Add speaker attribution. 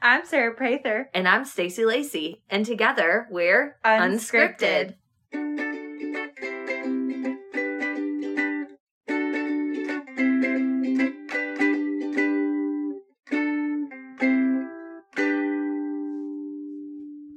Speaker 1: I'm Sarah Prather.
Speaker 2: And I'm Stacey Lacey, and together we're
Speaker 1: Unscripted.